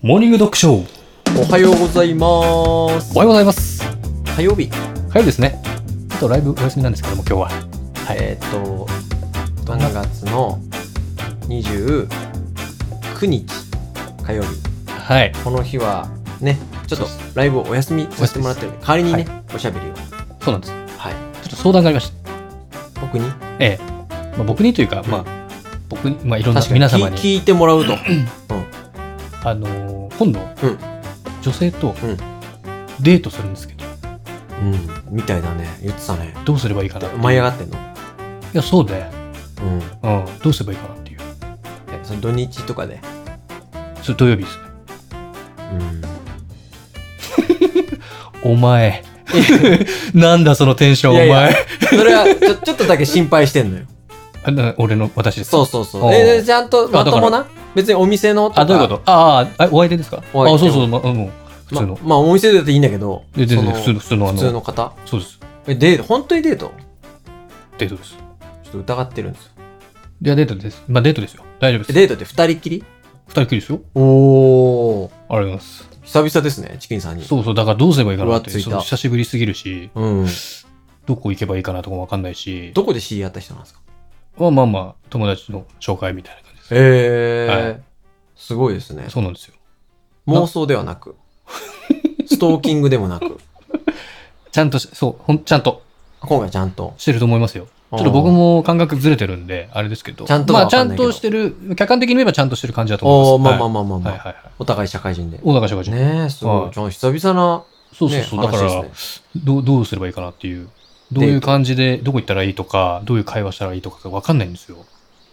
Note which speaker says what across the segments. Speaker 1: モーニングドッグショー。
Speaker 2: おはようございます
Speaker 1: お。はようございます。
Speaker 2: 火曜日、
Speaker 1: 火曜日ですね。ちょっとライブお休みなんですけども、今日は。はい
Speaker 2: えーっと、3月の29日火曜日。
Speaker 1: はい。
Speaker 2: この日はね、ちょっと
Speaker 1: そ
Speaker 2: ライブをお休みさせてもらってるんで代わりにね、おしゃべりを。
Speaker 1: そうなんです。
Speaker 2: はい。
Speaker 1: ちょっと相談がありました。
Speaker 2: 僕に、
Speaker 1: ええ。まあ、僕にというか、まあ、僕に、まあ、いろんな
Speaker 2: 確かに
Speaker 1: 皆様に、
Speaker 2: 聞い聞いてもらう と。
Speaker 1: あのー今度、
Speaker 2: うん
Speaker 1: 女性と
Speaker 2: うん
Speaker 1: デートするんですけど、
Speaker 2: うん、みたいだね。言ってたね。
Speaker 1: どうすればいいかな。
Speaker 2: 舞い上が
Speaker 1: い
Speaker 2: ってんの
Speaker 1: や、そうで、
Speaker 2: う
Speaker 1: う
Speaker 2: ん。
Speaker 1: ん、どうすればいいかなっていう。
Speaker 2: えその土日とかで。
Speaker 1: それ土曜日ですね。
Speaker 2: うん。
Speaker 1: お前。なんだそのテンション、お前。
Speaker 2: いやいそれはちょ、ちょっとだけ心配してんのよ。
Speaker 1: あな俺の、私です。
Speaker 2: そうそうそ
Speaker 1: お
Speaker 2: う。
Speaker 1: う
Speaker 2: えー、ちゃんとまとも
Speaker 1: あ
Speaker 2: な別にお店のとか。
Speaker 1: あ、どういうことああ、あお相手ですかあ
Speaker 2: お相手
Speaker 1: そうそう、ま、うん、普通の
Speaker 2: ま。まあお店でだっていいんだけど
Speaker 1: で全然普
Speaker 2: そ
Speaker 1: 通の、普通の、あ
Speaker 2: 普
Speaker 1: の、
Speaker 2: 通の方
Speaker 1: そうです。
Speaker 2: えデート本当にデート
Speaker 1: デートです。
Speaker 2: ちょっと疑ってるんですよ
Speaker 1: いや、デートです。まあ、デートですよ。大丈夫で
Speaker 2: え
Speaker 1: す。
Speaker 2: デートって二人っきり
Speaker 1: 二人きりですよ。
Speaker 2: おお
Speaker 1: ありがとうございます。
Speaker 2: 久々ですねチキンさんに
Speaker 1: そうそう、だからどうすればいいかなって。
Speaker 2: うわついた
Speaker 1: そう久しぶりすぎるし、
Speaker 2: うん
Speaker 1: どこ行けばいいかなとかもわかんないし、
Speaker 2: どこで知り合った人なんですか
Speaker 1: まあまあまあ、友達の紹介みたいな感じです。
Speaker 2: ええー
Speaker 1: は
Speaker 2: すごいですね
Speaker 1: そうなんですよ。
Speaker 2: 妄想ではなくストーキングでも なく
Speaker 1: ちゃんとし、そう、ほん、ちゃんと
Speaker 2: 今回ちゃんと
Speaker 1: してると思いますよ。ちょっと僕も感覚ずれてるんで、あれですけど。
Speaker 2: ちゃんとは
Speaker 1: まあ、
Speaker 2: わ
Speaker 1: ちゃ
Speaker 2: かんなんいけど
Speaker 1: としてる、客観的に見ればちゃんとしてる感じだと
Speaker 2: お
Speaker 1: 思
Speaker 2: お
Speaker 1: いま。
Speaker 2: ーますあまあまあまあまあ、
Speaker 1: はいはいはいはい。
Speaker 2: お互い社会人で
Speaker 1: 大高社会人。
Speaker 2: ねえすご
Speaker 1: はい
Speaker 2: いちょっと久々な、
Speaker 1: そうそう
Speaker 2: ね、
Speaker 1: そう。だから、
Speaker 2: 話ですね
Speaker 1: どうどうすればいいかなっていう。どういう感じで、どこ行ったらいいとか、どういう会話したらいいとかがわかんないんですよ。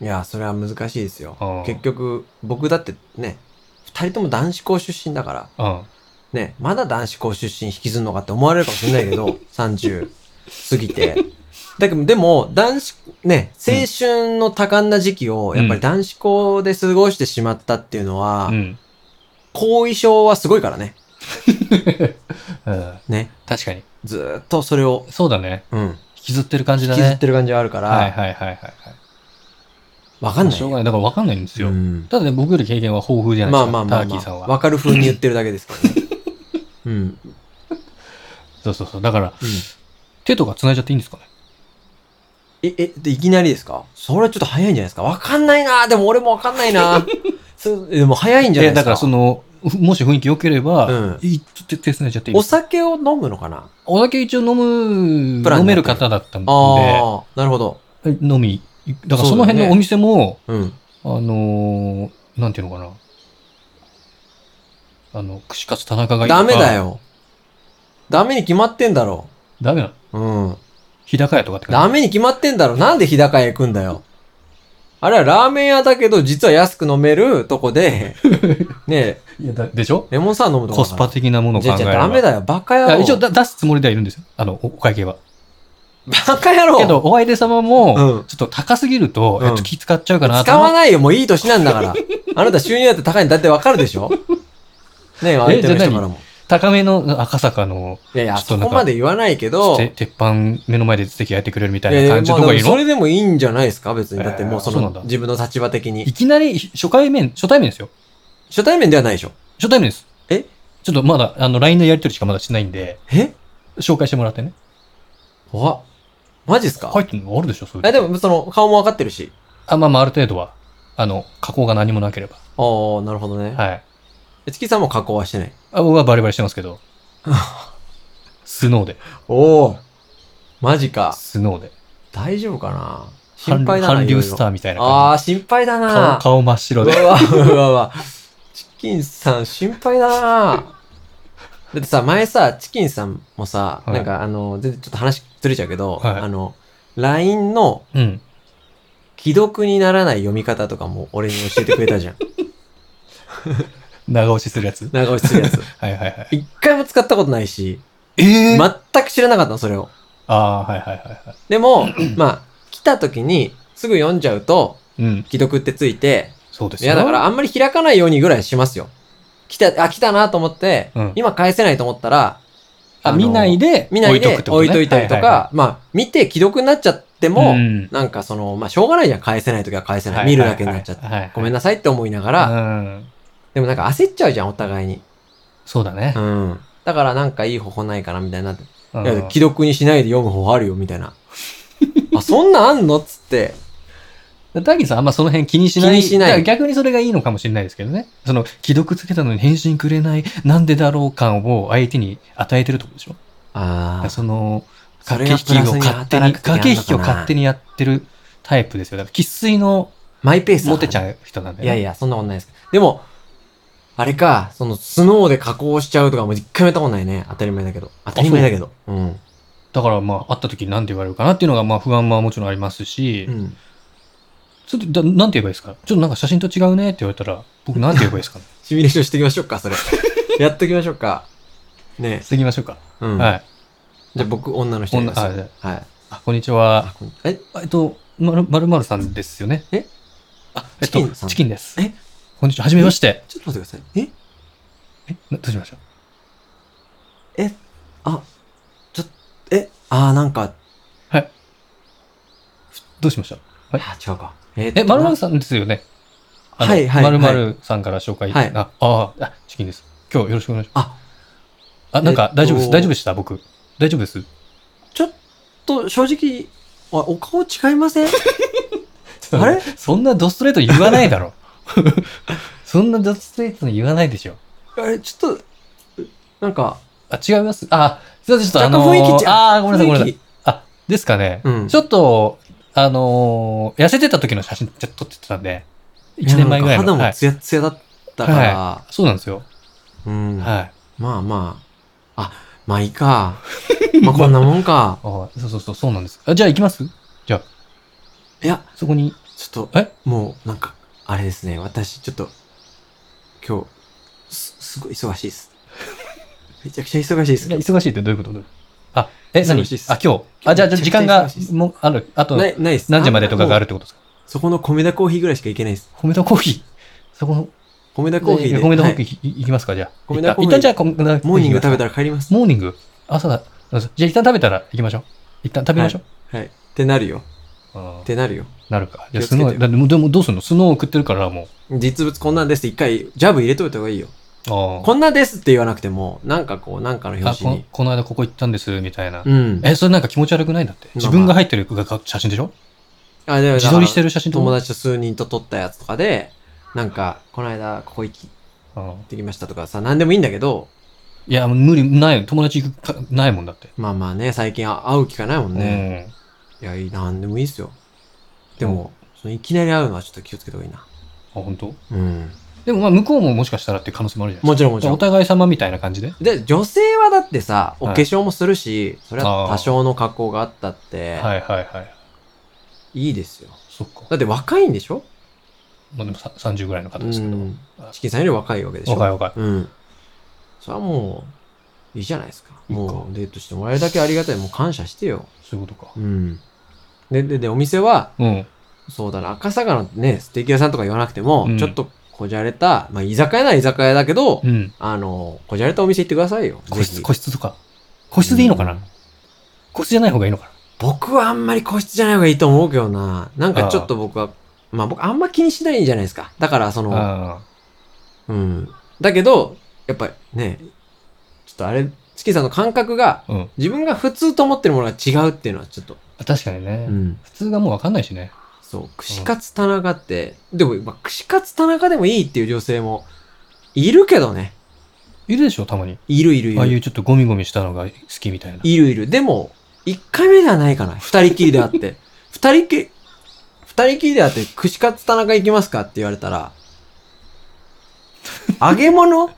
Speaker 2: いやそれは難しいですよ
Speaker 1: うん
Speaker 2: 結局僕だってね二人とも男子校出身だから
Speaker 1: うん。
Speaker 2: ね、まだ男子校出身引きずるのかって思われるかもしれないけど、30過ぎて。だけど、でも、男子、ね、青春の多感な時期を、やっぱり男子校で過ごしてしまったっていうのは、
Speaker 1: うん。
Speaker 2: 後遺症はすごいからね。
Speaker 1: うん
Speaker 2: ね。
Speaker 1: 確かに。
Speaker 2: ずーっとそれを、
Speaker 1: そうだね。
Speaker 2: うん。
Speaker 1: 引きずってる感じ
Speaker 2: 引
Speaker 1: だ
Speaker 2: き
Speaker 1: ね。
Speaker 2: ずってる感じはあるから、
Speaker 1: はいはいはいはいはい。
Speaker 2: わかんない。
Speaker 1: しょうがない。だからわかんないんですよ。
Speaker 2: うん
Speaker 1: ただね、僕より経験は豊富じゃないで
Speaker 2: ますあ
Speaker 1: か。
Speaker 2: まあまあ、
Speaker 1: ターキーさん
Speaker 2: まあ、
Speaker 1: は。
Speaker 2: わかる風に言ってるだけで すからね。うん。
Speaker 1: そうそうそう。だから、
Speaker 2: うん
Speaker 1: 手とか繋いじゃっていいんですかね。
Speaker 2: え、え、で、いきなりですかそれはちょっと早いんじゃないですかわかんないなでも俺もわかんな いなそうでも早いんじゃない
Speaker 1: え、
Speaker 2: です
Speaker 1: だ
Speaker 2: か
Speaker 1: からその、ふもし雰囲気良ければ
Speaker 2: うん、
Speaker 1: いい手手繋いじゃっていい
Speaker 2: お。酒を飲むのかな
Speaker 1: お酒一応飲む、
Speaker 2: プラン
Speaker 1: 飲
Speaker 2: にな
Speaker 1: め
Speaker 2: ってる
Speaker 1: る方だったんで、
Speaker 2: ああ、なるほど。
Speaker 1: 飲み、だからその
Speaker 2: そうだ
Speaker 1: 辺
Speaker 2: よ
Speaker 1: の
Speaker 2: ね
Speaker 1: お店も、
Speaker 2: うん。
Speaker 1: あのー、なんていうのかな。あの、串カツ田中がいいと
Speaker 2: ダ
Speaker 1: か
Speaker 2: メだ。よ。ダメに決まってんだろ。
Speaker 1: ダメなの
Speaker 2: うん。
Speaker 1: 日高屋とかって感
Speaker 2: ダメに決まってんだろ。なんで日高屋行くんだよ。あれはラーメン屋だけど、実は安く飲めると こで、ねえ、
Speaker 1: じ。いやだでしょ
Speaker 2: レモンサワー飲むとこ
Speaker 1: コスパ
Speaker 2: で
Speaker 1: 的なものを考
Speaker 2: じ
Speaker 1: えれ
Speaker 2: ゃあじゃ
Speaker 1: ば
Speaker 2: あダメだよ。バカ
Speaker 1: い
Speaker 2: 野
Speaker 1: や
Speaker 2: 郎。
Speaker 1: 一応だ出すつもりではいるんですよ。あの、おお会計は。
Speaker 2: バカ野郎。
Speaker 1: けど、お相手様
Speaker 2: う
Speaker 1: も
Speaker 2: ん、
Speaker 1: ちょっと高すぎると、
Speaker 2: うん
Speaker 1: えっと気使っちゃうかなと
Speaker 2: 使
Speaker 1: 思っ
Speaker 2: わないよ。もういい年なんだ から。あなた収入だって高いのだってわかるでしょねえ、相手の人からも。
Speaker 1: 高めの赤坂の、
Speaker 2: いやいや、
Speaker 1: ちょっとな
Speaker 2: そ
Speaker 1: んか
Speaker 2: こまで言わないけど。
Speaker 1: て鉄板目の前で席焼いてくれるみたい
Speaker 2: え
Speaker 1: な
Speaker 2: え
Speaker 1: 感じの方
Speaker 2: ま
Speaker 1: が
Speaker 2: あで
Speaker 1: いい
Speaker 2: もそ
Speaker 1: の、
Speaker 2: れでもいいんじゃないですか別に。
Speaker 1: ええ
Speaker 2: だってもうそ
Speaker 1: そうなんだ
Speaker 2: の自分の立場的に
Speaker 1: い。きなり初対面、初対面ですよ。
Speaker 2: 初対面ではないでしょ。
Speaker 1: 初対面です。
Speaker 2: え
Speaker 1: ちょっとまだ、あの、LINE のやりとりしかまだしてないんで、
Speaker 2: え
Speaker 1: 紹介してもらってね。
Speaker 2: わ、マジっすか
Speaker 1: 入ってるのあるでしょ、そういうの
Speaker 2: え、でもその顔もわかってるし。
Speaker 1: あ、まあまあ、ある程度は。あの、加工が何もなければ。
Speaker 2: ああ、なるほどね。
Speaker 1: はい。
Speaker 2: え月さんも加工はしてない。
Speaker 1: あ僕はバリバリしてますけ ど。スノーで。
Speaker 2: おお。マジか。
Speaker 1: スノーで。
Speaker 2: 大丈夫かな
Speaker 1: 韓
Speaker 2: 心配だな。
Speaker 1: 韓流
Speaker 2: いろいろ
Speaker 1: スターみたいな
Speaker 2: あ
Speaker 1: 感
Speaker 2: あ、心配だ
Speaker 1: じ。顔
Speaker 2: な。
Speaker 1: 顔真っ白で。
Speaker 2: うわうわうわうわ。 チキンさん心配だな。だってさ、前さ、チキンさんもさ、
Speaker 1: はい
Speaker 2: なんかあの、全然ちょっと話ずれちゃうけど、
Speaker 1: はい
Speaker 2: あの、LINE の
Speaker 1: うん。
Speaker 2: 既読にならない読み方とかも俺に教えてくれたじ ゃん。
Speaker 1: 長押しするやつ。
Speaker 2: 長押しするやつ。
Speaker 1: はいはいはい。
Speaker 2: 一回も使ったことないし、
Speaker 1: え
Speaker 2: 全く知らなかったの、それを。
Speaker 1: ああ、はいはいはいはい。
Speaker 2: で も、まあ、来た時にすぐ読んじゃうと、
Speaker 1: うん。
Speaker 2: 既読ってついて、
Speaker 1: そうです
Speaker 2: いやだからあんまり開かないようにぐらいしますよ。来た、あ、来たなと思って、
Speaker 1: うん
Speaker 2: 今返せないと思ったら、
Speaker 1: あ、
Speaker 2: あの
Speaker 1: 見ないで、
Speaker 2: 見ない
Speaker 1: 置
Speaker 2: で
Speaker 1: いとくってこと
Speaker 2: 置
Speaker 1: ね
Speaker 2: いといたりとか、、まあ、見て既読になっちゃっ
Speaker 1: はい
Speaker 2: て
Speaker 1: はい
Speaker 2: も、
Speaker 1: はいうん
Speaker 2: なんかその、まあ、しょうがないじゃん。返せない時は返せない。見るだけになっちゃって。
Speaker 1: はいはいはいはい
Speaker 2: ごめんなさいって思いなが
Speaker 1: う
Speaker 2: ら、
Speaker 1: ん。
Speaker 2: でもなんか焦っちゃうじゃん、お互いに。
Speaker 1: そうだね
Speaker 2: う。ん。だからなんかいい方法ないかな、みたいになって。
Speaker 1: うん
Speaker 2: いや、既読にしないで読む方法あるよ、みた いな。あ、そんなんあんのっつって。
Speaker 1: ダギーさんあんまその辺気にしない。
Speaker 2: 気にしない
Speaker 1: だから逆にそれがいいのかもしれないですけどね。その、既読つけたのに返信くれない、なんでだろう感を相手に与えてるってことでしょ
Speaker 2: ああ。
Speaker 1: その、
Speaker 2: それ
Speaker 1: 駆け
Speaker 2: が
Speaker 1: 引
Speaker 2: プ
Speaker 1: き
Speaker 2: ラス
Speaker 1: を
Speaker 2: に
Speaker 1: 勝手に、
Speaker 2: 働く時あんのかな
Speaker 1: 駆け引きを勝手にやってるタイプですよ。だから、喫水の
Speaker 2: マイペースだな
Speaker 1: モテちゃう人なんだ
Speaker 2: い
Speaker 1: よ
Speaker 2: や
Speaker 1: ね。
Speaker 2: いや、そんなことないです。でも、あれか、その、スノーで加工しちゃうとかもう一回もやったことないね。当たり前だけど。当たり前だけど。うん。
Speaker 1: だから、まあ、会った時に何て言われるかなっていうのが、まあ、不安ももちろんありますし、
Speaker 2: うん。
Speaker 1: ちょっとだ、なんて言えばいいですかちょっとなんか写真と違うねって言われたら、僕なんて言えばいいですか ね
Speaker 2: シミュレーションしていきましょう か、それ。やっときましょうか。ね
Speaker 1: していきましょうか。
Speaker 2: え。うん。
Speaker 1: はい。
Speaker 2: じゃあ僕、女の人やりますよ
Speaker 1: 女はい
Speaker 2: はい。
Speaker 1: あ、こんにちは。
Speaker 2: あ、こんえ、
Speaker 1: えっと、まる、まるまるさんですよね。
Speaker 2: え
Speaker 1: あ、えっと
Speaker 2: チキンさん
Speaker 1: チキンです。
Speaker 2: え
Speaker 1: こんにちは。はじめまして。
Speaker 2: ちょっと待ってください。え
Speaker 1: え、などうしました
Speaker 2: あ、ちょっと、え、あー、なんか、
Speaker 1: どうしましたは
Speaker 2: あ
Speaker 1: い
Speaker 2: ー違うか。えーっと
Speaker 1: え、まるまるさんですよね。あの
Speaker 2: はいはい
Speaker 1: まるまるさんから紹介。
Speaker 2: はい
Speaker 1: あ、あー、あ、チキンです。今日よろしくお願いします。
Speaker 2: あ、
Speaker 1: あ、なんか
Speaker 2: えっ
Speaker 1: 大
Speaker 2: と
Speaker 1: 丈夫です。大丈夫でした僕。大丈夫です。
Speaker 2: ちょっと、正直、あお顔違いませんあれ
Speaker 1: そんなドストレート言わないだろ。 そんなドストレートに言わないでしょ。
Speaker 2: あれ、ちょっと、なんか、
Speaker 1: あ、違います。あ、すいません、ちょっとあ
Speaker 2: 若干
Speaker 1: の
Speaker 2: 雰囲気違う
Speaker 1: あーごめんなさい、ごめんなさ
Speaker 2: 雰
Speaker 1: い
Speaker 2: 囲。
Speaker 1: あ、ですかね。
Speaker 2: うん
Speaker 1: ちょっと、あのー痩せてた時の写真ちょっと撮ってたんで、1年前ぐらいの。
Speaker 2: やなんか肌
Speaker 1: は
Speaker 2: も
Speaker 1: い、
Speaker 2: ツヤツヤだったから、
Speaker 1: はそうなんですよ。
Speaker 2: うん、
Speaker 1: はい。
Speaker 2: まあまあ、あ、まあいいか。まあこんなも んか。
Speaker 1: あそうそうそう、そうなんです。あじゃあ行きます
Speaker 2: いや、
Speaker 1: そこに。
Speaker 2: ちょっと、
Speaker 1: え
Speaker 2: もうなんか、あれですね、私ちょっと、今日、す、すごい忙しいです。めちゃくちゃ忙しいで
Speaker 1: い
Speaker 2: す
Speaker 1: や。忙しいってどういうことあ、え、何あ、今
Speaker 2: 忙しいっ
Speaker 1: 日
Speaker 2: す。
Speaker 1: あ、今日あじゃあ、じゃあ時間が
Speaker 2: めちゃくちゃ忙しいっす
Speaker 1: もうある。あと、
Speaker 2: ない、ないです。
Speaker 1: 何時までとかがあるっ
Speaker 2: あ。
Speaker 1: てことですか
Speaker 2: もうそこの米田コーヒーぐらいしかいけないです。
Speaker 1: 米田コーヒー。そこの、
Speaker 2: 米田コーヒーで。
Speaker 1: 米田コーヒ
Speaker 2: は
Speaker 1: ーいいきますか、じゃあ。
Speaker 2: 米田コーヒー
Speaker 1: 一旦じゃあ、米田コーヒ
Speaker 2: いモーニング食べた
Speaker 1: ら。
Speaker 2: ら帰ります。
Speaker 1: モーニング朝だ。そうそうじゃあ一旦食べたら行きましょう。一旦食べましょう。
Speaker 2: はい。ってなるよ。
Speaker 1: あー
Speaker 2: ってなるよ。
Speaker 1: なるか。じゃあ
Speaker 2: 気をつ
Speaker 1: ス
Speaker 2: けてよ
Speaker 1: ノー、だってもうでもどうすんのスノー送ってるからも
Speaker 2: 実物こんなんですって一回、ジャブ入れといた方がいいよ。
Speaker 1: う。あー
Speaker 2: こんなですって言わなくても、なんかこう、なんかの
Speaker 1: あ
Speaker 2: 表
Speaker 1: こ
Speaker 2: 紙
Speaker 1: の
Speaker 2: に。
Speaker 1: この間ここ行ったんです、みたいな。
Speaker 2: うん。
Speaker 1: え、それなんか気持ち悪くないんだって。
Speaker 2: まあ
Speaker 1: 自分が入ってるが写真でしょ
Speaker 2: あ、でも
Speaker 1: 自撮りして
Speaker 2: る
Speaker 1: る写真と
Speaker 2: 友
Speaker 1: か。
Speaker 2: 達と数人と撮ったやつとかで、なんか、この間ここ行き
Speaker 1: あ
Speaker 2: 行ってきましたとかさ、なんでもいいんだけど、
Speaker 1: ーいや、もう無理、ない。友達行くか、ないもんだって。
Speaker 2: まあまあね、最近あ会う機会ないもんね。いや、いい、なんでもいいっすよ。でも、そのいきなり会うのはちょっと気をつけた方がいいな。
Speaker 1: うん。あ、本当？
Speaker 2: うん。
Speaker 1: でもまあ、向こうももしかしたらっていう可能性もあるじゃない
Speaker 2: も
Speaker 1: で
Speaker 2: ちろんも
Speaker 1: す
Speaker 2: ち
Speaker 1: か。
Speaker 2: ろ
Speaker 1: お
Speaker 2: ん。
Speaker 1: 互い様みたいな感じで。
Speaker 2: で、女性はだってさ、お化
Speaker 1: はい
Speaker 2: 粧もするし、それは多少の加工があったって、
Speaker 1: はいはいはい。
Speaker 2: いいですよ。
Speaker 1: そっか。
Speaker 2: だって若いんでしょ
Speaker 1: まあでもさ30ぐらいの方
Speaker 2: う
Speaker 1: ですけど。
Speaker 2: ん。チキンさんより若いわけでしょ
Speaker 1: 若い若い。
Speaker 2: うん。それはもう、いいじゃないですか。もうデートしてもらえるだけありがたい。もう感謝してよ。
Speaker 1: そういうことか
Speaker 2: う。ん。で、で、で、お店は、
Speaker 1: うん。
Speaker 2: そうだな、赤坂のね、ステーキ屋さんとか言わなくても、
Speaker 1: うん
Speaker 2: ちょっとこじゃれた、まあ、居酒屋なら居酒屋だけど、
Speaker 1: うん。
Speaker 2: あの、こじゃれたお店行ってくださいよ。
Speaker 1: 個
Speaker 2: ぜ
Speaker 1: 室、
Speaker 2: ひ
Speaker 1: 個室とか。個室でいいのかな、
Speaker 2: うん
Speaker 1: 個室じゃない方がいいのかな
Speaker 2: 僕はあんまり個室じゃない方がいいと思うけどな。なんかちょっと僕は、まあ僕あんま気にしないんじゃないですか。だからその、
Speaker 1: あ
Speaker 2: うん。だけど、やっぱね、ちょっとあれ、チキンさんの感覚が、
Speaker 1: あ。うん。
Speaker 2: 自分が普通と思ってるものが違うっていうのはちょっと。
Speaker 1: 確かにね、
Speaker 2: ん。
Speaker 1: 普通がもうわかんないしね。
Speaker 2: そう。串カツ田中って、でも、まあ、串カツ田中でもいいっていう女性も、いるけどね。
Speaker 1: いるでしょ、たまに。
Speaker 2: いるいるい
Speaker 1: ああ
Speaker 2: る。
Speaker 1: い
Speaker 2: いう
Speaker 1: ちょっとゴミゴミしたのが好きみたいな。
Speaker 2: るいる。でも、一回目ではないかな。二人きりであって。二人きり、二人きりであって、串カツ田中行きますかって言われたら、揚げ物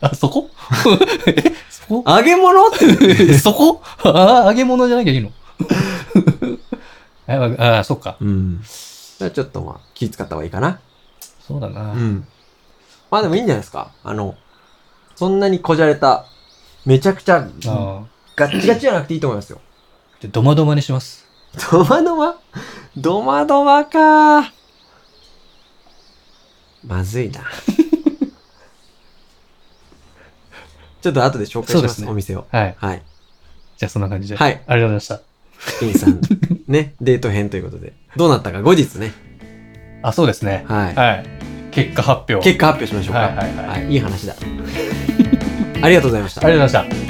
Speaker 1: あ、そ こえそこ
Speaker 2: 揚げ物っ て。
Speaker 1: そこああ、揚げ物じゃなきゃいいの あああ、そっか。
Speaker 2: うん。じゃあちょっとまあ、気使った方がいいかな。
Speaker 1: そうだな。
Speaker 2: うん。まあでもいいんじゃないですか。あの、そんなにこじゃれた、めちゃくちゃ
Speaker 1: ああ。
Speaker 2: ガッチガチじゃなくていいと思いますよ。
Speaker 1: で、ドマドマにします。
Speaker 2: ドマドマドマドマかまずいな。 ちょっと後で紹介し
Speaker 1: そう
Speaker 2: ま、
Speaker 1: ですすね
Speaker 2: お店を。
Speaker 1: はい。
Speaker 2: はい。
Speaker 1: じゃあ、そんな感じで。
Speaker 2: はい
Speaker 1: ありがとうございました。
Speaker 2: インさ ん、ね、デート編ということで。どうなったか後日ね。
Speaker 1: あ、そうですね。
Speaker 2: はい。
Speaker 1: はい。結果発表。
Speaker 2: 結果発表しましょうか。
Speaker 1: はいはいはい
Speaker 2: い、いい話だ。ありがとうございました。
Speaker 1: ありがとうございました。